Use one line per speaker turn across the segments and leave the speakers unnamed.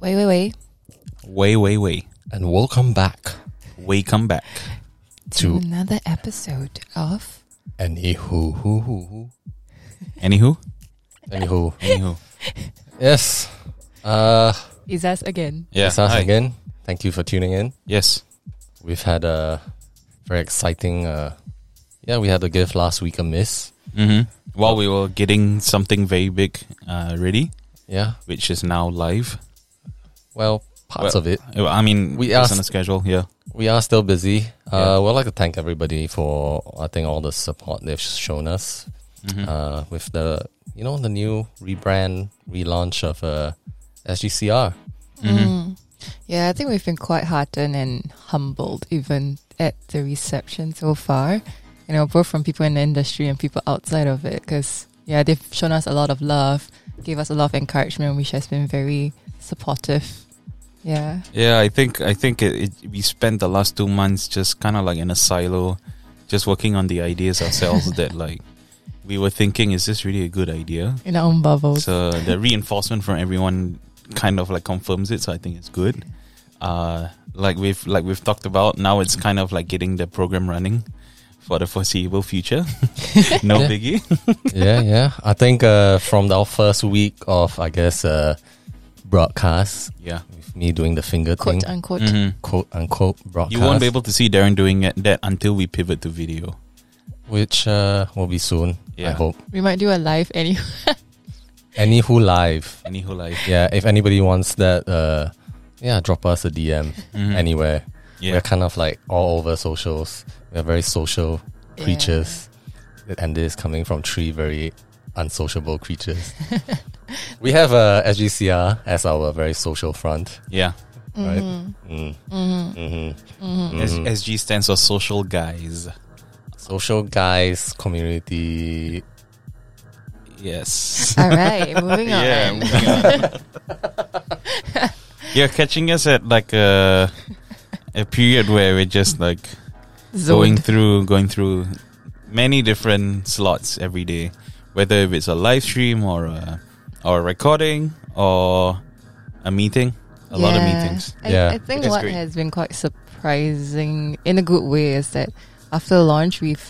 喂喂喂，
Way, way, way.
And welcome back.
We come back.
to
To-
another episode of
Anywho, who, who, who.
Anywho,
Anywho.
anywho.
yes. Uh,
Is Us Again.
Yeah.
it's us
hi.
again. Thank you for tuning in.
Yes.
We've had a very exciting, uh, yeah, we had to give last week a miss.
hmm While we were getting something very big uh, ready,
Yeah.
which is now live.
Well, parts
Well,
of it.
uh, I mean,
We
we are
asked-
on a schedule. Yeah.
We are still busy.
Yeah.
Uh, we'd like to thank everybody for, I think, all the support they've shown us
Mhm.
uh, with the, you know, the new rebrand, relaunch of uh, SGCR.
Mhm.
Mm-hmm.
Mm. Yeah, I think we've been quite heartened and humbled even at the reception so far. You know, both from people in the industry and people outside of it, because yeah, they've shown us a lot of love, gave us a lot of encouragement, which has been very supportive. Yeah,
Yeah, I think I think it, it, we spent the last two months just kind of like in a silo, just working on the ideas ourselves. that like we were thinking, is this really a good idea?
in our own bubbles.
So the reinforcement from everyone kind of like confirms it. So I think it's good. Uh, like we've like we've talked about, now it's kind of like getting the program running for the foreseeable future. no
Yeah.
biggie.
yeah, yeah. I think uh, from our first week of, I guess, uh, broadcast,
Yeah.
with me doing the finger
Quote
thing, Mm-hmm.
unquote.
Mhm.
quote unquote broadcast,
You won't be able to see Darren doing it, that until we pivot to video.
which uh, will be soon.
Yeah.
I hope.
We might do a live anyway.
Anywho, live.
Anywho, like
Yeah, if anybody wants that, uh, yeah, drop us a DM
Mhm.
anywhere.
yeah.
We're kind of like all over socials. We're very social creatures, and this coming from three very unsociable creatures. we have uh, SGCR as our very social front,
yeah.
right?
Mm-hmm.
Mm. Mhm.
S- SG stands for social guys.
Social guys, community.
Yes.
All right, moving on.
Yeah, moving You're catching us at like a a period where we're just like going
Zoned.
through going through many different slots every day, whether if it's a live stream or a or a recording or a meeting, a lot of
Yeah.
meetings.
I,
Yeah.
I think
That's
what
great.
has been quite surprising in a good way is that after launch, we've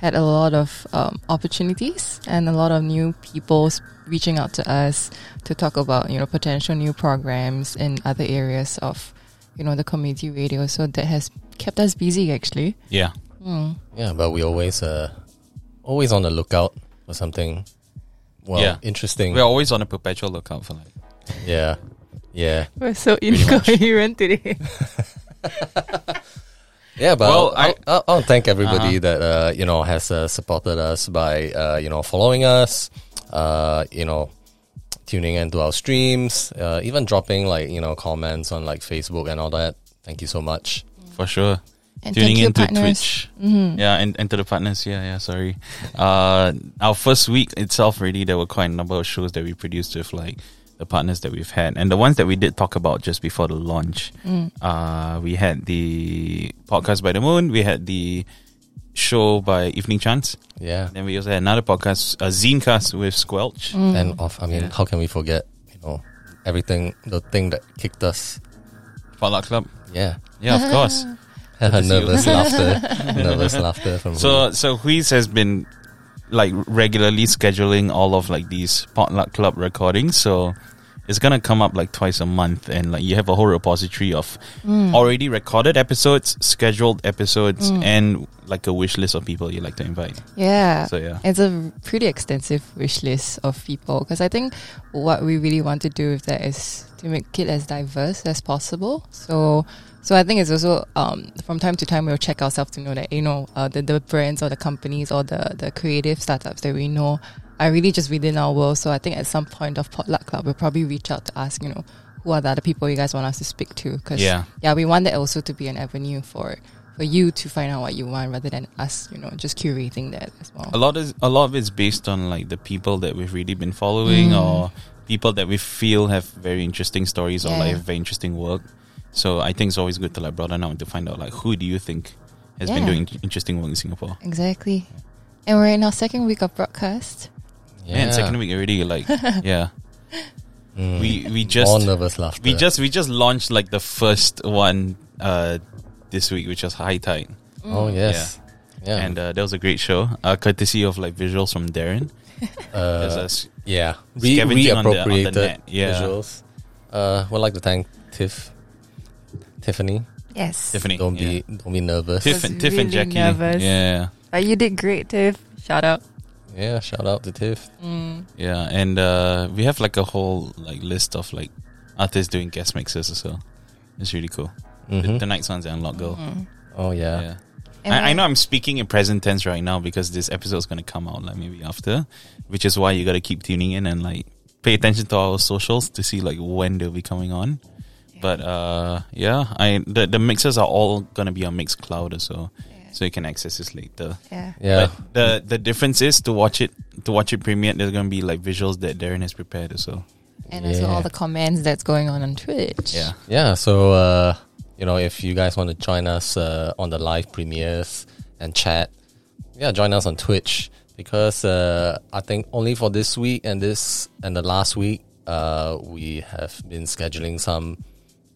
had a lot of um, opportunities and a lot of new people s- reaching out to us to talk about you know potential new programs in other areas of you know the community radio. So that has kept us busy actually.
Yeah,
Mm.
Yeah, but we always uh, always on the lookout for something. Well,
Yeah.
interesting.
we're always on a perpetual lookout for like.
yeah, yeah,
We're so incoherent today.
yeah. But
Well,
well, I
I-
I'll, I'll thank everybody that uh, you know has uh, supported us by uh, you know following us, uh, you know, tuning into our streams, uh, even dropping like you know comments on like Facebook and all that. Thank you so much.
For sure.
And
Tuning
thank you,
into
partners. Mm-hmm.
Twitch. Yeah, and, and to the partners. Yeah, yeah, sorry. Uh, our first week itself, really, there were quite a number of shows that we produced with like the partners that we've had. And the ones that we did talk about just before the launch.
Mm.
Uh, we had the podcast by the moon, we had the show by Evening Chance.
Yeah,
Then we also had another podcast, a Zinecast with Squelch.
and off. I mean,
Yeah.
how can we forget? You know, everything the thing that kicked us.
Mm.
Potluck Club.
Yeah.
Yeah, of course.
nervous laughter, nervous laughter from
So so Huiz has been like regularly scheduling all of like these potluck club recordings. So it's gonna come up like twice a month, and like you have a whole repository of already recorded episodes, scheduled episodes, and like a wish list of people you'd like to invite.
Yeah.
So yeah,
It's a pretty extensive wish list of people because I think what we really want to do with that is to make it as diverse as possible. So, so I think it's also um, from time to time we'll check ourselves to know that you know uh, the the brands or the companies or the the creative startups that we know are really just within our world. So I think at some point of Potluck Club we'll probably reach out to ask you know who are the other people you guys want us to speak to because
Yeah.
yeah we want that also to be an avenue for. For you to find out what you want, rather than us, you know, just curating that as well.
a lot is a lot of it's based on like the people that we've really been
Mm.
following or people that we feel have very interesting stories or
Yeah.
like very interesting work. So I think it's always good to like broaden out and to find out like who do you think has been
Yeah.
doing interesting work in Singapore.
Exactly. And we're in our second week of broadcast.
Yeah. Man, second week already. Like yeah,
Mm.
we we just
all nervous laughter.
we just we just launched like the first one uh this week, which was High Tide.
oh yes, yeah,
and uh, that was a great show. Uh, courtesy of like visuals from Darren. There's a s-
Uh, yeah, we
scavenging on the- on the
reappropriated
net, yeah.
visuals. Uh, would like to thank Tiff, Tiffany.
Yes.
Tiffany.
Don't
yeah.
be don't be nervous.
Tiff,
was
and, Tiff and
really
Jackie.
nervous.
Yeah,
But you did great, Tiff. Shout out.
Yeah, shout out to Tiff.
Mm.
yeah, and uh, we have like a whole like list of like artists doing guest mixes as well. It's really cool. The,
Mhm.
the next one's the Unlock Girl.
Mm-hmm.
Mm.
Oh yeah.
Yeah.
And
I, I
we-
know I'm speaking in present tense right now because this episode is going to come out like maybe after, which is why you got to keep tuning in and like pay attention to our socials to see like when they'll be coming on. But uh, yeah, I the, the mixes are all going to be on Mixcloud as well,
Yeah.
so you can access this later.
yeah.
Yeah.
But the the difference is to watch it to watch it premiere. There's going to be like visuals that Darren has prepared as well.
And also all
Yeah.
the comments that's going on on Twitch.
Yeah,
Yeah, so uh, you know, if you guys want to join us uh, on the live premieres and chat, yeah, join us on Twitch because uh, I think only for this week and this and the last week, uh, we have been scheduling some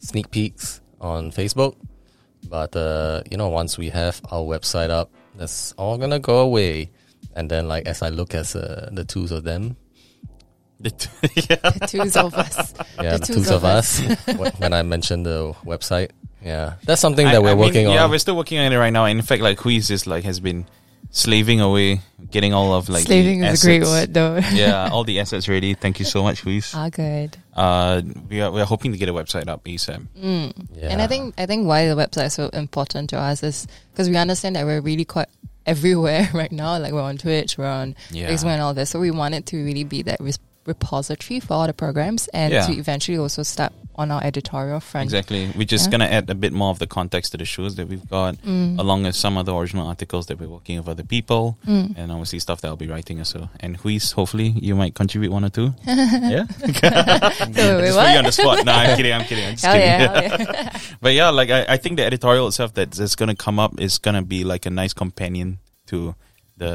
sneak peeks on Facebook. But uh, you know, once we have our website up, that's all gonna go away. And then, like as I look at uh, the two of them,
The t- yeah.
The twos of us.
yeah, the, two of, us, wh- when I mentioned the website, yeah, that's something that
I-
we're
I mean,
working on.
Yeah, we're still working on it right now. In fact, like Huiz is like has been slaving away, getting all of like the
Slaving is a great
assets.
word though.
yeah, all the assets ready. Thank you so much, Huiz.
Ah, good.
Uh, we are we are hoping to get a website up ASAP.
Mm.
Yeah.
And I think I think why the website is so important to us is because we understand that we're really quite everywhere right now. Like we're on Twitch, we're on
Yeah.
Facebook, and all this. So we want it to really be that res- repository for all the programs, and
Yeah.
to eventually also start on our editorial front.
Exactly. We're just
Yeah.
gonna add a bit more of the context to the shows that we've got,
Mm.
along with some other original articles that we're working with other people,
Mm.
and obviously stuff that I'll be writing as well. And Huiz, hopefully you might contribute one or two. yeah.
So wait,
just put you
what?
on the spot. No, I'm kidding. I'm kidding. I'm just
Hell
kidding.
yeah, hell yeah.
But yeah, like I, I think the editorial itself that's, that's going to come up is going to be like a nice companion to the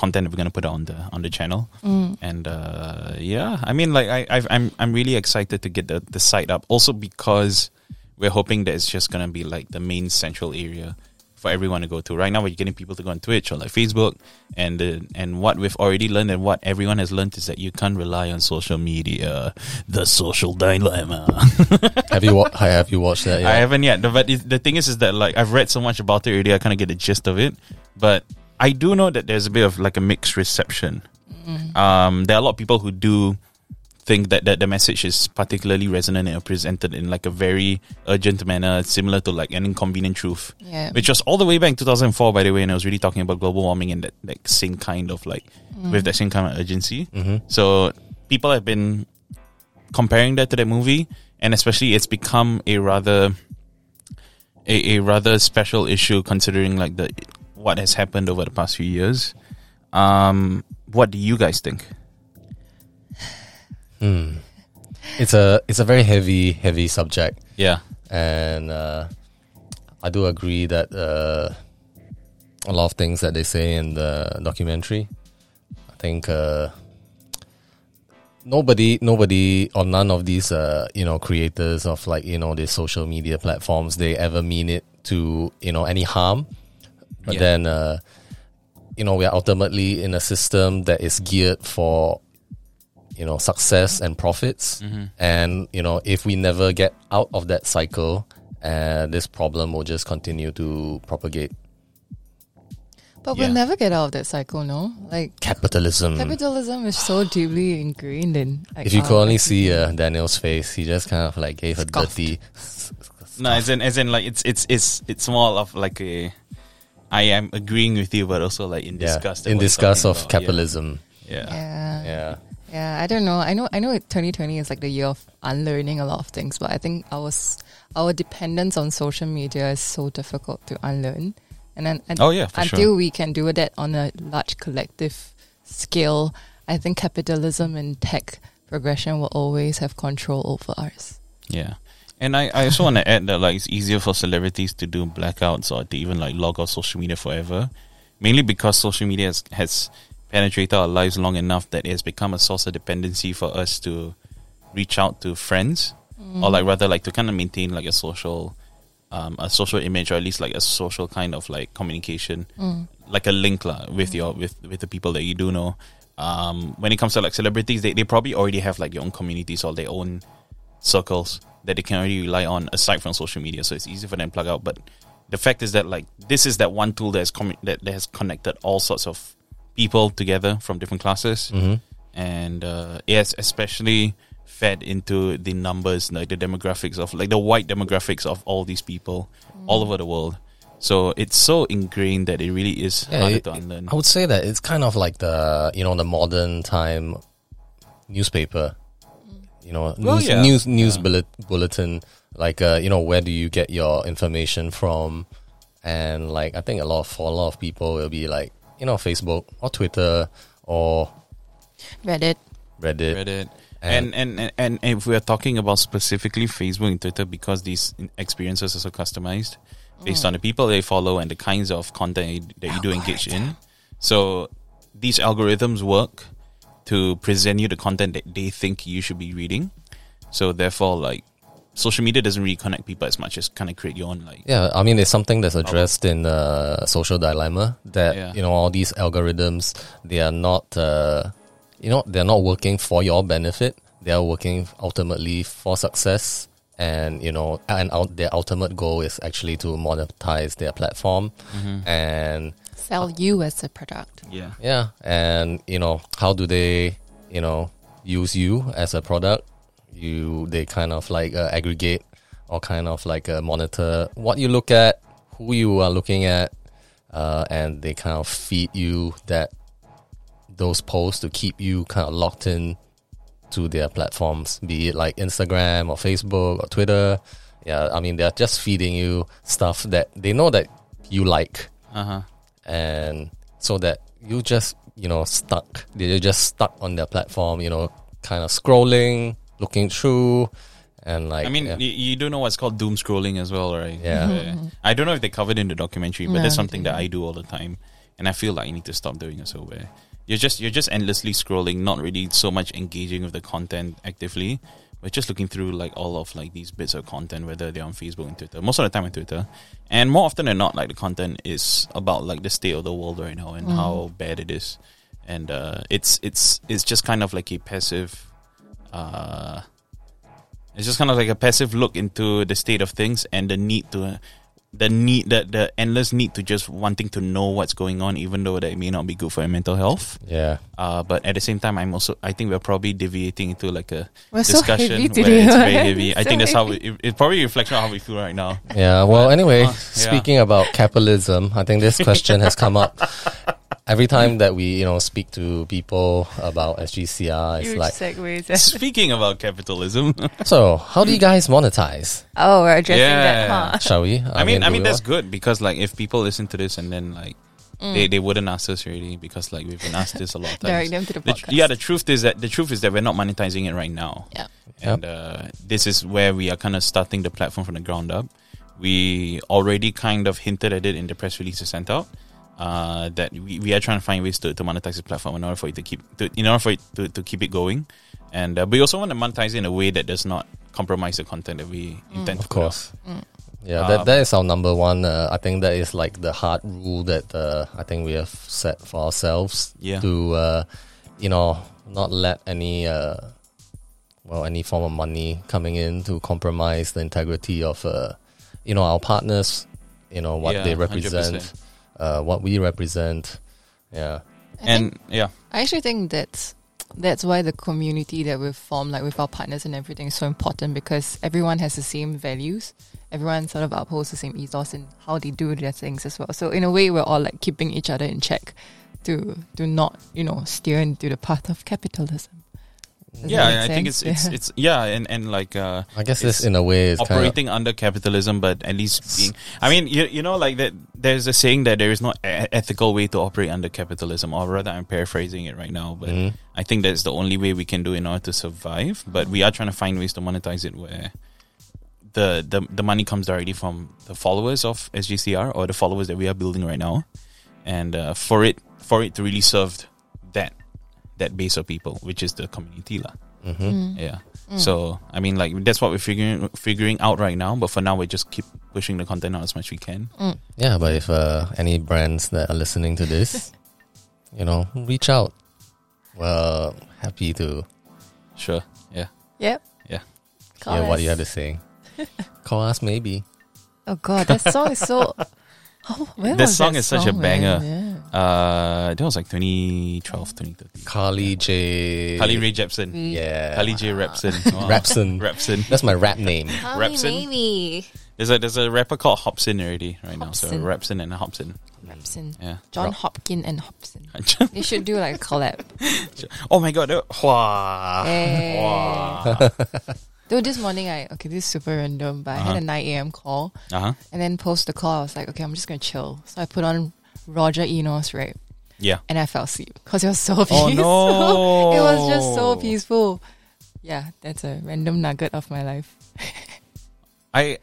content that we're going to put on the on the channel.
Mm.
And uh, yeah, I mean, like I I've, I'm I'm really excited to get the the site up. Also because we're hoping that it's just going to be like the main central area for everyone to go to. Right now, we're getting people to go on Twitch or like Facebook, and the, and what we've already learned and what everyone has learned is that you can't rely on social media. The social dilemma.
have you wa- have you watched that? Yet?
I haven't yet. The- But it- the thing is, is that like I've read so much about it already. I kind of get the gist of it. But I do know that there's a bit of like a mixed reception. Um, there are a lot of people who do think that, that the message is particularly resonant and presented in like a very urgent manner, similar to like an inconvenient truth,
yeah.
which was all the way back in 2004, by the way. And I was really talking about global warming and that like same kind of like with that same kind of urgency.
Mhm.
So people have been comparing that to that movie, and especially it's become a rather a, a rather special issue considering like the what has happened over the past few years. Um, what do you guys think?
Hmm. It's a it's a very heavy heavy subject,
Yeah,
and uh, I do agree that uh, a lot of things that they say in the documentary. I think uh, nobody nobody or none of these uh, you know creators of like you know these social media platforms they ever mean it to you know any harm. But
Yeah.
then, uh, you know, we are ultimately in a system that is geared for, you know, success and profits. And, you know, if we never get out of that cycle, uh, this problem will just continue to propagate.
But
Yeah.
we'll never get out of that cycle, no? Like
Capitalism.
capitalism is so deeply ingrained in. Like,
Mm. if you
our-
could only see uh, Daniel's face, he just kind of like gave a
Scoffed.
dirty.
no, as in as in like it's it's it's it's more of like a I am agreeing with you, but also like in
Yeah,
disgust. at
in
what you're
disgust
talking
of
about. Yeah.
capitalism. uh,
Yeah.
yeah.
Yeah.
Yeah, I don't know. I know. I know. it- 2020 is like the year of unlearning a lot of things, but I think our s- our dependence on social media is so difficult to unlearn. And then and
Oh yeah, for
until
sure.
we can do that on a large collective scale, I think capitalism and tech progression will always have control over us.
Yeah. And I, I also want to add that like it's easier for celebrities to do blackouts or to even like log off social media forever, mainly because social media has, has penetrated our lives long enough that it has become a source of dependency for us to reach out to friends or like rather like to kind of maintain like a social um, a social image or at least like a social kind of like communication like a link lah with your with with the people that you do know um, when it comes to like celebrities they, they probably already have like their own communities or their own circles that they can already rely on aside from social media so it's easy for them to plug out but the fact is that like this is that one tool that has commu- that, that has connected all sorts of people together from different classes
Mm-hmm.
and uh, it has especially fed into the numbers like the demographics of like the white demographics of all these people all over the world so it's so ingrained that it really is
Yeah,
harder
it-
to unlearn
I would say that it's kind of like the you know the modern time newspaper, you know
Well,
news
yeah.
news, news
Yeah.
bullet, bulletin. Like uh, you know where do you get your information from? And like I think a lot of, for a lot of people will be like you know Facebook or Twitter or
Reddit.
Reddit.
Reddit.
And-
And and, and and if we are talking about specifically Facebook and Twitter, because these experiences are so customized based on the people they follow and the kinds of content that you do engage in, so these algorithms work to present you the content that they think you should be reading. So therefore, like social media doesn't really connect people as much as kind of create your own like
Yeah, I mean, it's something that's addressed in uh, social dilemma that
Yeah.
you know all these algorithms they are not uh, you know they're not working for your benefit. They are working ultimately for success, and you know, and out, their ultimate goal is actually to monetize their platform, and
Sell you as a product.
yeah.
yeah, and you know, how do they you know use you as a product? You they kind of like uh, aggregate or kind of like uh, monitor what you look at, who you are looking at, uh, and they kind of feed you that those posts to keep you kind of locked in to their platforms, be it like Instagram or Facebook or Twitter. Yeah, I mean they're just feeding you stuff that they know that you like
Uh huh.
and so that you just you know stuck you're just stuck on their platform you know kind of scrolling looking through and like
I mean,
yeah,
y you do know what's called doom scrolling as well, right?
Yeah.
I don't know if they covered it in the documentary, but
No,
that's something
they
that I do all the time, and I feel like I need to stop doing it. So where you're just you're just endlessly scrolling, not really so much engaging with the content actively, but just looking through like all of like these bits of content, whether they're on Facebook and Twitter. Most of the time on Twitter, and more often than not, like the content is about like the state of the world right now and how bad it is, and uh, it's it's it's just kind of like a passive. Uh, it's just kind of like a passive look into the state of things and the need to, the need the the endless need to just wanting to know what's going on, even though that it may not be good for your mental health.
yeah
Uh, but at the same time, I'm also I think we're probably deviating into like a
We're so
discussion
heavy
where
today,
it's very
right?
heavy. I
So
think that's how we, it, it probably reflects on how we feel right now.
yeah well anyway
uh, yeah.
speaking about capitalism i think this question has come up every time that we you know speak to people about sgcr it's
Huge
like
segues.
Speaking about capitalism,
so how do you guys monetize
Oh, we're addressing that,
Yeah.
huh?
shall we
I mean, I
do
mean
we
that's
want-
good because like if people listen to this and then like
Mm.
they, they wouldn't ask us really because like we've been asked this a lot of times.
Direct them to the
The
podcast.
tr- yeah, the truth is that the truth is that we're not monetizing it right now.
Yeah.
and uh, this is where we are kind of starting the platform from the ground up. We already kind of hinted at it in the press release we sent out. Uh, that we, we are trying to find ways to, to monetize the platform in order for it to keep to, in order for it to, to keep it going, and uh, we also want to monetize it in a way that does not compromise the content that we intend. to
Mm. Of
put out.
course. Yeah,
Um,
that, that is our number one. Uh, I think that is like the hard rule that uh, I think we have set for ourselves
Yeah.
to, uh, you know, not let any, uh, well, any form of money coming in to compromise the integrity of, uh, you know, our partners, you know, what
Yeah,
they represent,
100%.
uh, what we represent. Yeah.
I
and yeah,
I actually think that's that's why the community that we've formed, like with our partners and everything, is so important because everyone has the same values. Everyone sort of upholds the same ethos in how they do their things as well. So in a way, we're all like keeping each other in check to to not you know steer into the path of capitalism. Does that
yeah, I
make
think it's
sense?
it's
Yeah.
it's yeah, and and like uh,
I guess
It's
this, in a way, is kind of.
operating under capitalism, but at least being. I mean, you, you know, like that. There's a saying that there is no e- ethical way to operate under capitalism, or rather, I'm paraphrasing it right now, but
Mhm.
I think that's the only way we can do in order to survive. But we are trying to find ways to monetize it where the, the the money comes directly from the followers of SGCR or the followers that we are building right now, and uh, for it for it to really serve that that base of people, which is the community lah.
Mm-hmm.
Yeah. So I mean, like that's what we're figuring figuring out right now. But for now, we just keep pushing the content out as much as we can.
Yeah, but if uh, any brands that are listening to this, you know, reach out. Well, happy to
Sure. Yeah.
Yep.
Yeah.
Call
hear what
us.
you have to say. Call us, maybe.
Oh god, that song is so. Oh, where
That
was
song
that
is such a
song, man?
banger.
Yeah.
Uh, that was like 2012, 2013.
Carly J.
Kali Ray Jepsen.
Really-
Yeah.
Kali J Repson. Wow.
Rapson.
Repson.
That's my rap name.
Tommy
Repson?
Maybe.
There's a there's a rapper called Hobson already right now. So
Hobson.
Repson and Hobson.
Hobson.
Yeah.
John Hopkin and Hobson.
They should do like a collab.
oh my god. that- Wah.
Eh.
Wah.
Though this morning I okay, this is super random, but I had a nine AM call
Uh-huh.
and then post the call I was like, okay, I'm just gonna chill. So I put on Roger Enos, right?
Yeah.
And I fell asleep because it was so peaceful.
Oh, no.
it was just so peaceful. Yeah, that's a random nugget of my life.
I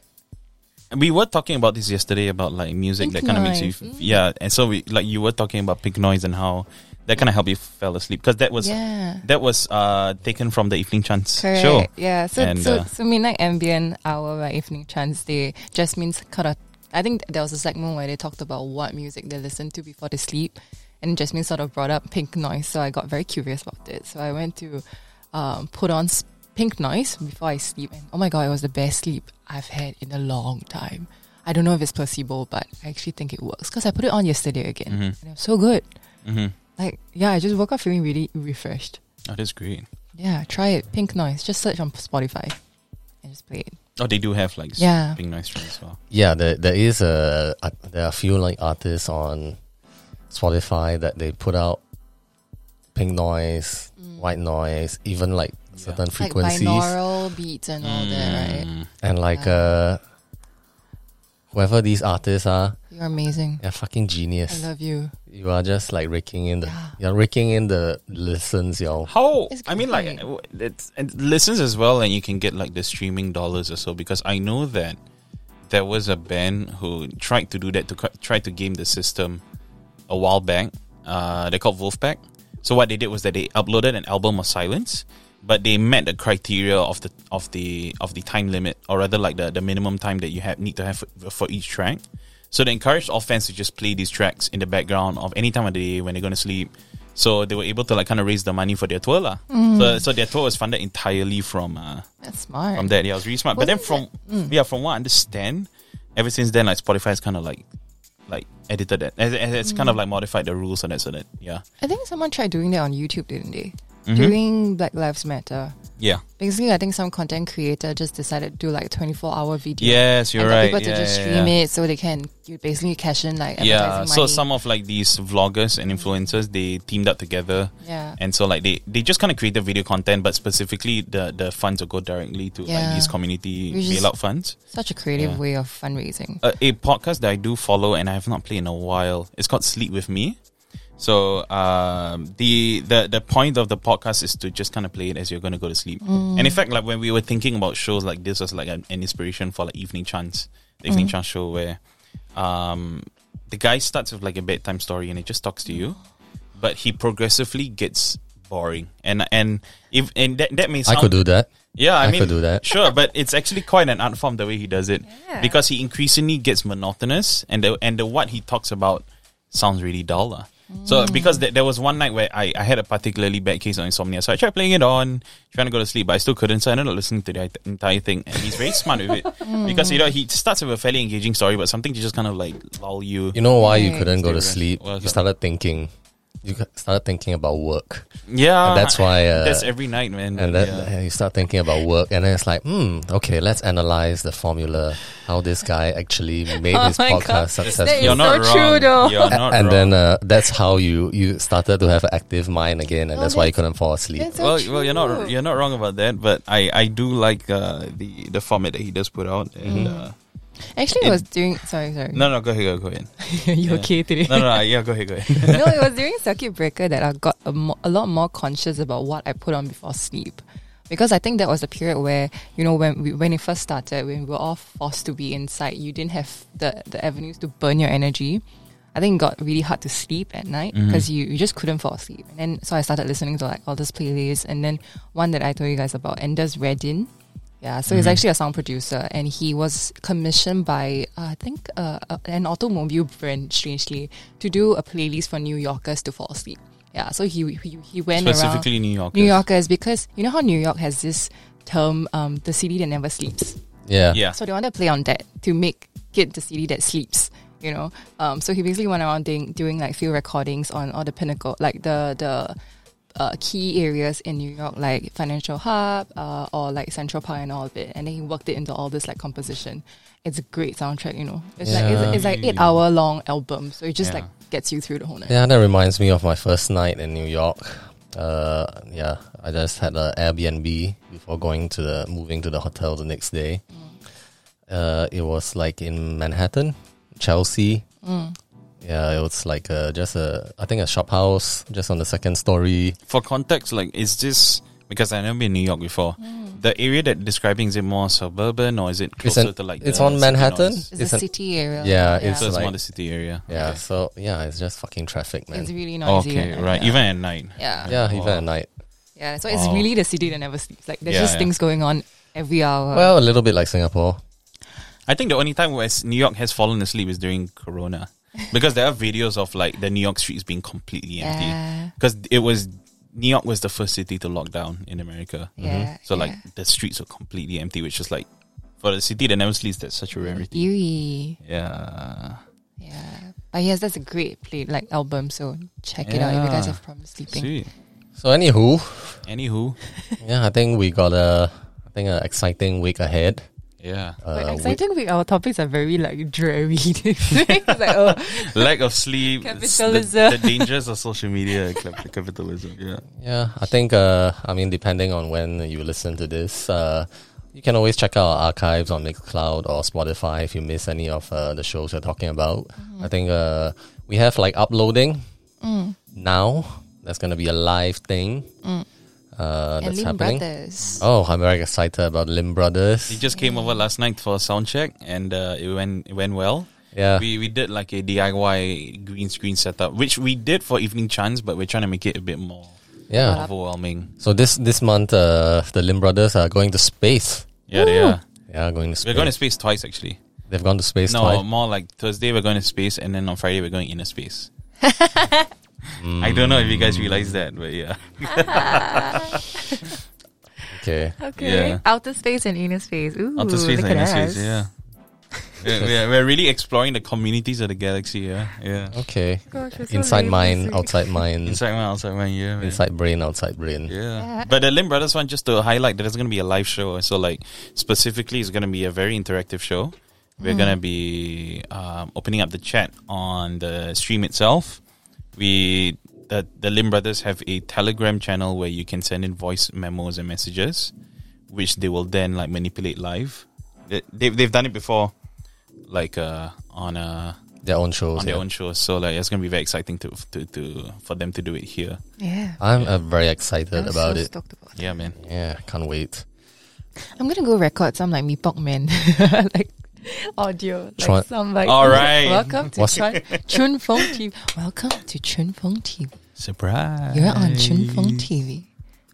we were talking about this yesterday about like music
Pink
that kind of makes you
noise.
yeah and so we like you were talking about pink noise and how that kind of helped you fell asleep because that was
yeah.
that was uh taken from the evening chance
Correct.
show
Yeah. So
And,
so
uh,
so midnight ambient hour by evening trance day just means kind of. I think there was a segment where they talked about what music they listen to before they sleep, and Jasmine sort of brought up pink noise. So I got very curious about it. So I went to um, put on s- pink noise before I sleep, and oh my god, it was the best sleep I've had in a long time. I don't know if it's placebo, but I actually think it works because I put it on yesterday again,
Mhm.
and it was so good.
mm-hmm.
Like yeah, I just woke up feeling really refreshed.
oh that's great
Yeah, try it. Pink noise. Just search on Spotify and just play it.
oh they do have like s-
Yeah.
pink noise tracks as well
Yeah, there, there is a uh, there are a few like artists on Spotify that they put out pink noise, white noise, even like certain frequencies
Like binaural beats and all that, right?
Mm.
and like uh whoever these artists are,
You're amazing.
they're fucking genius.
I love you.
you are just like raking in the
Yeah.
you're raking in the listens, yo.
How
It's
I mean, like
great.
w- it's it listens as well, and you can get like the streaming dollars or so. Because I know that there was a band who tried to do that to co- try to game the system a while back. Uh, they're called Wolfpack. So what they did was that they uploaded an album of silence, but they met the criteria of the of the of the time limit, or rather like the, the minimum time that you have need to have for, for each track. So they encouraged all fans to just play these tracks in the background of any time of the day when they're gonna sleep. So they were able to like kind of raise the money for their tour lah. So, so their tour was funded entirely from uh,
That's smart.
from that. Yeah, it was really smart. but then from
Wasn't
yeah, from what I understand, ever since then, like Spotify has kind of like like edited that. It- it- It's
Mm.
kind of like modified the rules on that. So that yeah,
I think someone tried doing that on YouTube, didn't they?
Mm-hmm.
During Black Lives Matter.
yeah,
Basically, I think some content creator just decided to do like 24 hour video.
yes, you're
and
right.
for people
yeah,
to just
yeah,
stream
yeah.
it so they can you basically cash in like advertising
Yeah, so
money.
some of like these vloggers and influencers they teamed up together,
yeah.
and so like they, they just kind of create the video content, but specifically the the funds will go directly to like
Yeah.
these community
Which is-
bailout funds.
Such a creative
Yeah.
way of fundraising.
Uh, a, a podcast that I do follow and I have not played in a while. It's called Sleep with Me. So um, the the the point of the podcast is to just kind of play it as you're going to go to sleep. And in fact, like when we were thinking about shows like this was like an, an inspiration for like Evening Chance, the Evening Chance show where um, the guy starts with like a bedtime story and it just talks to you, but he progressively gets boring. And and if and that that may
I
sound
could do that.
yeah, I,
I
mean,
could do that.
Sure, but it's actually quite an art form the way he does it because he increasingly gets monotonous, and the and the what he talks about sounds really dull. lah. So
Mm.
because th- there was one night where I, I had a particularly bad case of insomnia, so I tried playing it on, trying to go to sleep, but I still couldn't. So I ended up listening to the ent- entire thing, and he's very smart with it
Mm.
because you know he starts with a fairly engaging story, but something to just kind of like lull you.
You know why you
Right.
couldn't go to
Stay
sleep?
rest. What's
You
that?
started thinking. You ca- started thinking about work,
Yeah,
And that's why, uh,
that's every night, man.
and then
Yeah.
and you start thinking about work, and then it's like, hmm, okay, let's analyze the formula how this guy actually made
Oh
his
my
podcast
God.
successful.
you're
It's
not
so
wrong.
true though.
You're
A-
not
and
wrong.
then uh, that's how you you started to have an active mind again, and
No,
that's why you
Oh, that's-
couldn't fall asleep.
That's so
well, well,
true.
you're not you're not wrong about that, but I I do like uh, the the format that he does put out.
Mm-hmm.
And uh,
Actually, it
it-
was during. Sorry, sorry.
no, no, go ahead, go, go ahead.
you
yeah.
okay today?
No, no, no, yeah, go ahead, go ahead.
no, it was during circuit breaker that I got a, mo- a lot more conscious about what I put on before sleep. because I think that was the period where you know when we, when it first started, when we were all forced to be inside, you didn't have the the avenues to burn your energy. I think it got really hard to sleep at night because you, you just couldn't fall asleep. And then so I started listening to like all these playlists, and then one that I told you guys about, Ender's Redin. Yeah, so he's actually a sound producer, and he was commissioned by uh, I think uh, uh, an automobile brand, strangely, to do a playlist for New Yorkers to fall asleep. Yeah, so he he, he went around
Specifically New York.
New Yorkers because you know how New York has this term, um, the city that never sleeps.
Yeah.
Yeah.
So they want to play on that to make it the city that sleeps. You know, um, so he basically went around doing, doing like field recordings on all the pinnacle, like the the uh, key areas in New York, like Financial Hub uh, or like Central Park and all of it. And then he worked it into all this like composition. It's a great soundtrack, you know. It's like
Yeah.
it's, it's like eight hour long album, so it just
Yeah.
like gets you through the whole night.
Yeah, that reminds me of my first night in New York. Uh, yeah, I just had an Airbnb before going to the moving to the hotel the next day. Uh, it was like in Manhattan, Chelsea. Yeah, it was like uh, just a I think a shop house just on the second story.
For context, like, is this because I've never been in New York before?
Mm.
The area that describing is it more suburban or is it
It's
closer
an-
to like?
it's
the
on
city
Manhattan?
noise?
It's,
It's
a
an-
city area.
yeah, it's
So it's
like-
more the city area.
Yeah,
Okay.
so yeah, it's just fucking traffic, man.
It's really noisy.
Okay,
and,
right.
yeah.
Even at night.
yeah,
yeah,
Wow.
even at night.
yeah. So it's
Wow.
really the city that never sleeps. Like there's
Yeah,
just
yeah.
things going on every hour.
Well, a little bit like Singapore.
I think the only time where s- New York has fallen asleep is during Corona, because there are videos of like the New York streets being completely empty.
yeah,
Because it was New York was the first city to lock down in America,
yeah.
Mm-hmm. so like
yeah.
the streets were completely empty, which is like for the city that never sleeps, that's such a rarity.
eerie.
Yeah,
Yeah, but yes, that's a great play like album. So check it out if you guys
Yeah.
have problems sleeping.
sweet.
So anywho,
Anywho,
yeah, I think we got a I think an exciting week ahead.
yeah,
Uh,
But
we-
exciting week. Our topics are very like dreary. It's like oh,
lack of sleep, s- the-
Capitalism.
the, dangers of social media, cap- capitalism. Yeah,
Yeah, I think uh, I mean depending on when you listen to this, uh, you can always check out our archives on Mixcloud or Spotify if you miss any of uh, the shows we're talking about.
Mm-hmm.
I think uh, we have like uploading
Mm.
now. That's gonna be a live thing. Uh,
and
that's
Lim
happening.
Brothers.
Oh, I'm very excited about Lim Brothers.
he just came over last night for a sound check, and uh, it went it went well.
yeah,
we, we did like a DIY green screen setup, which we did for Evening Chance, but we're trying to make it a bit more
yeah.
overwhelming.
So this this month, uh, the Lim Brothers are going to space.
Yeah, they are.
Yeah, going to space.
We're going to space twice, actually.
They've gone to space
no, um,
twice.
more like Thursday we're going to space, and then on Friday we're going inner space.
Mm,
I don't know if you guys realize that, but yeah,
Okay.
Okay. Yeah.
Oh, outer space and inner space. Ooh,
outer space
look
and inner
at
space.
us.
Yeah, we're, we're, we're really exploring the communities of the galaxy. Yeah, yeah.
Okay.
Gosh, we're so
Inside mind,
lazy.
outside mind.
Inside one, outside one. Yeah, man.
inside brain, outside brain.
Yeah.
Yeah.
But the Lim Brothers one, just to highlight that it's going to be a live show. So, like, specifically, it's going to be a very interactive show. We're going to be um, opening up the chat on the stream itself. We, the, the Lim Brothers have a Telegram channel where you can send in voice memos and messages, which they will then, like, manipulate live. They, they've, they've done it before, like, uh, on a.
Their own shows.
On their
yeah.
own shows, so like it's gonna be very exciting to, to to for them to do it here.
Yeah.
I'm uh, very excited
I'm
about
so
it.
stoked about it.
Yeah, man.
Yeah, can't wait.
I'm gonna go record some like Meepok Man, like audio, like
Chuan-
some like.
All right.
Welcome to
What's-
Chun, Chun Feng TV. Welcome to Chun Feng TV.
Surprise!
You're on Chun Feng TV.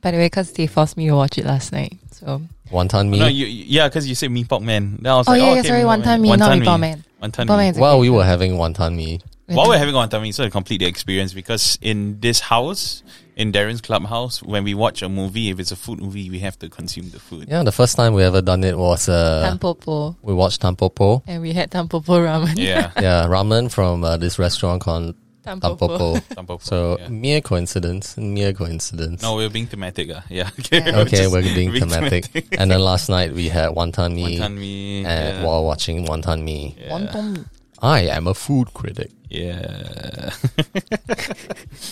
By the way, because they forced me to watch it last night. So
Wonton
No,
mee.
you, you- yeah, because you said Mee Pok Man. Then I was
Oh,
like,
yeah, yeah,
oh, okay,
sorry,
Mee Pok
wonton mee, not Mee Pok Man.
Wonton
Mee Pok
mee.
man is-
While we were having wonton mee,
While we're having wonton mee, so to complete the experience, because in this house, in Darren's clubhouse, when we watch a movie, if it's a food movie, we have to consume the food.
yeah, the first time we ever done it was uh,
Tampopo,
we watched Tampopo.
and we had Tampopo ramen.
Yeah,
yeah, ramen from uh, this restaurant called Tampopo.
Tampopo,
so
yeah.
mere coincidence, mere coincidence.
no, we're being thematic. Uh. Yeah, okay,
Yeah.
okay,
just
we're being thematic. and then last night we had wonton mee,
Wonton mee.
and
yeah.
while watching wonton mee,
Yeah.
Wonton.
I am a food critic.
Yeah.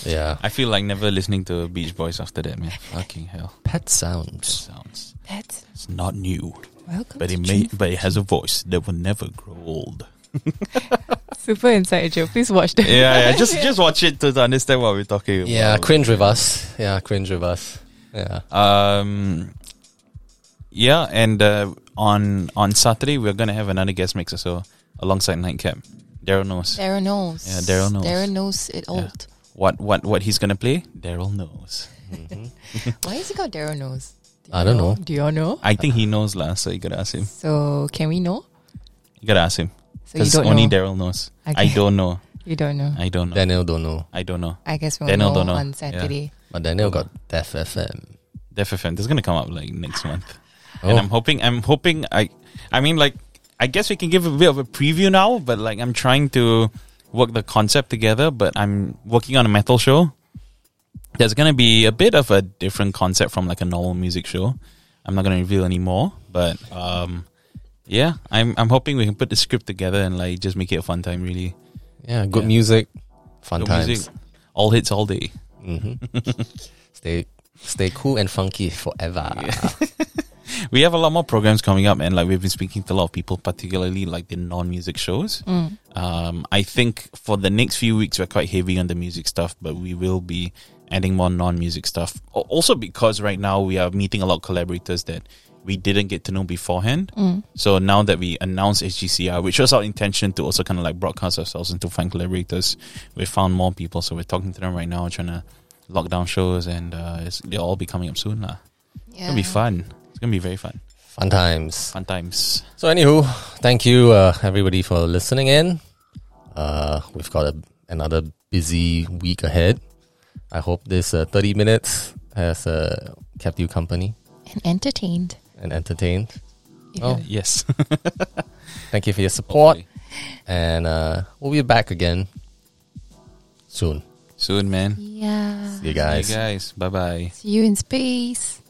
Yeah,
I feel like never listening to Beach Boys after that, man. Fucking hell.
pet sounds.
Sounds.
That's
It's not new,
welcome.
but
to
it
Chun
may, but it has a voice that will never grow old.
Super inside joke. Please watch that.
yeah, yeah. Just just watch it to, to understand what we're talking about. Uh,
Yeah, cringe with us. Yeah, cringe with us. Yeah.
Um, Yeah, and uh, on on Saturday we're gonna have another guest mix or so alongside Nightcap. Daryl knows
Daryl knows.
Yeah, Daryl knows.
Daryl knows it all.
what what what he's gonna play. Daryl knows.
Mm-hmm.
Why is it called Daryl knows? Do
I
you
don't know.
Do you all know?
I think he knows lah, so you gotta ask him.
So can we know?
You gotta ask him
So you
because
don't
only
know.
Daryl knows. I
Okay.
don't know.
You don't know.
I don't know.
Daniel don't know,
I don't know.
I guess we'll
Daniel
know,
don't know.
on
Yeah.
Saturday.
but Daniel got Def FM.
Def FM. That's gonna come up like next month,
Oh.
and I'm hoping. I'm hoping. I. I mean, like, I guess we can give a bit of a preview now, but like, I'm trying to work the concept together. But I'm working on a metal show. There's gonna be a bit of a different concept from like a normal music show. I'm not gonna reveal any more, but um, yeah, I'm I'm hoping we can put the script together and like just make it a fun time. Really,
Yeah, good
Yeah.
music, fun
Good
times.
music, all hits all day.
hmm stay stay cool and funky forever.
we have a lot more programs coming up, and like we've been speaking to a lot of people, particularly like the non-music shows.
Mm,
Um, I think for the next few weeks we're quite heavy on the music stuff, but we will be adding more non-music stuff. Al- Also because right now we are meeting a lot of collaborators that we didn't get to know beforehand.
mm.
So now that we announced HGCR, which was our intention to also kind of like broadcast ourselves and to find collaborators, we found more people. So we're talking to them right now, trying to lock down shows, and uh, it's, they'll all be coming up soon, lah. It's
Yeah.
gonna be fun. It's gonna be very fun.
Fun times.
Fun times.
So, anywho, thank you uh, everybody for listening in. Uh, we've got a, another busy week ahead. I hope this uh, 30 minutes has uh, kept you company
And entertained.
and entertained.
If
Oh.
you-
Yes.
Thank you for your support, and uh, we'll be back again soon.
Soon, man.
Yeah.
See you guys.
Hey guys. Bye bye.
See you in space.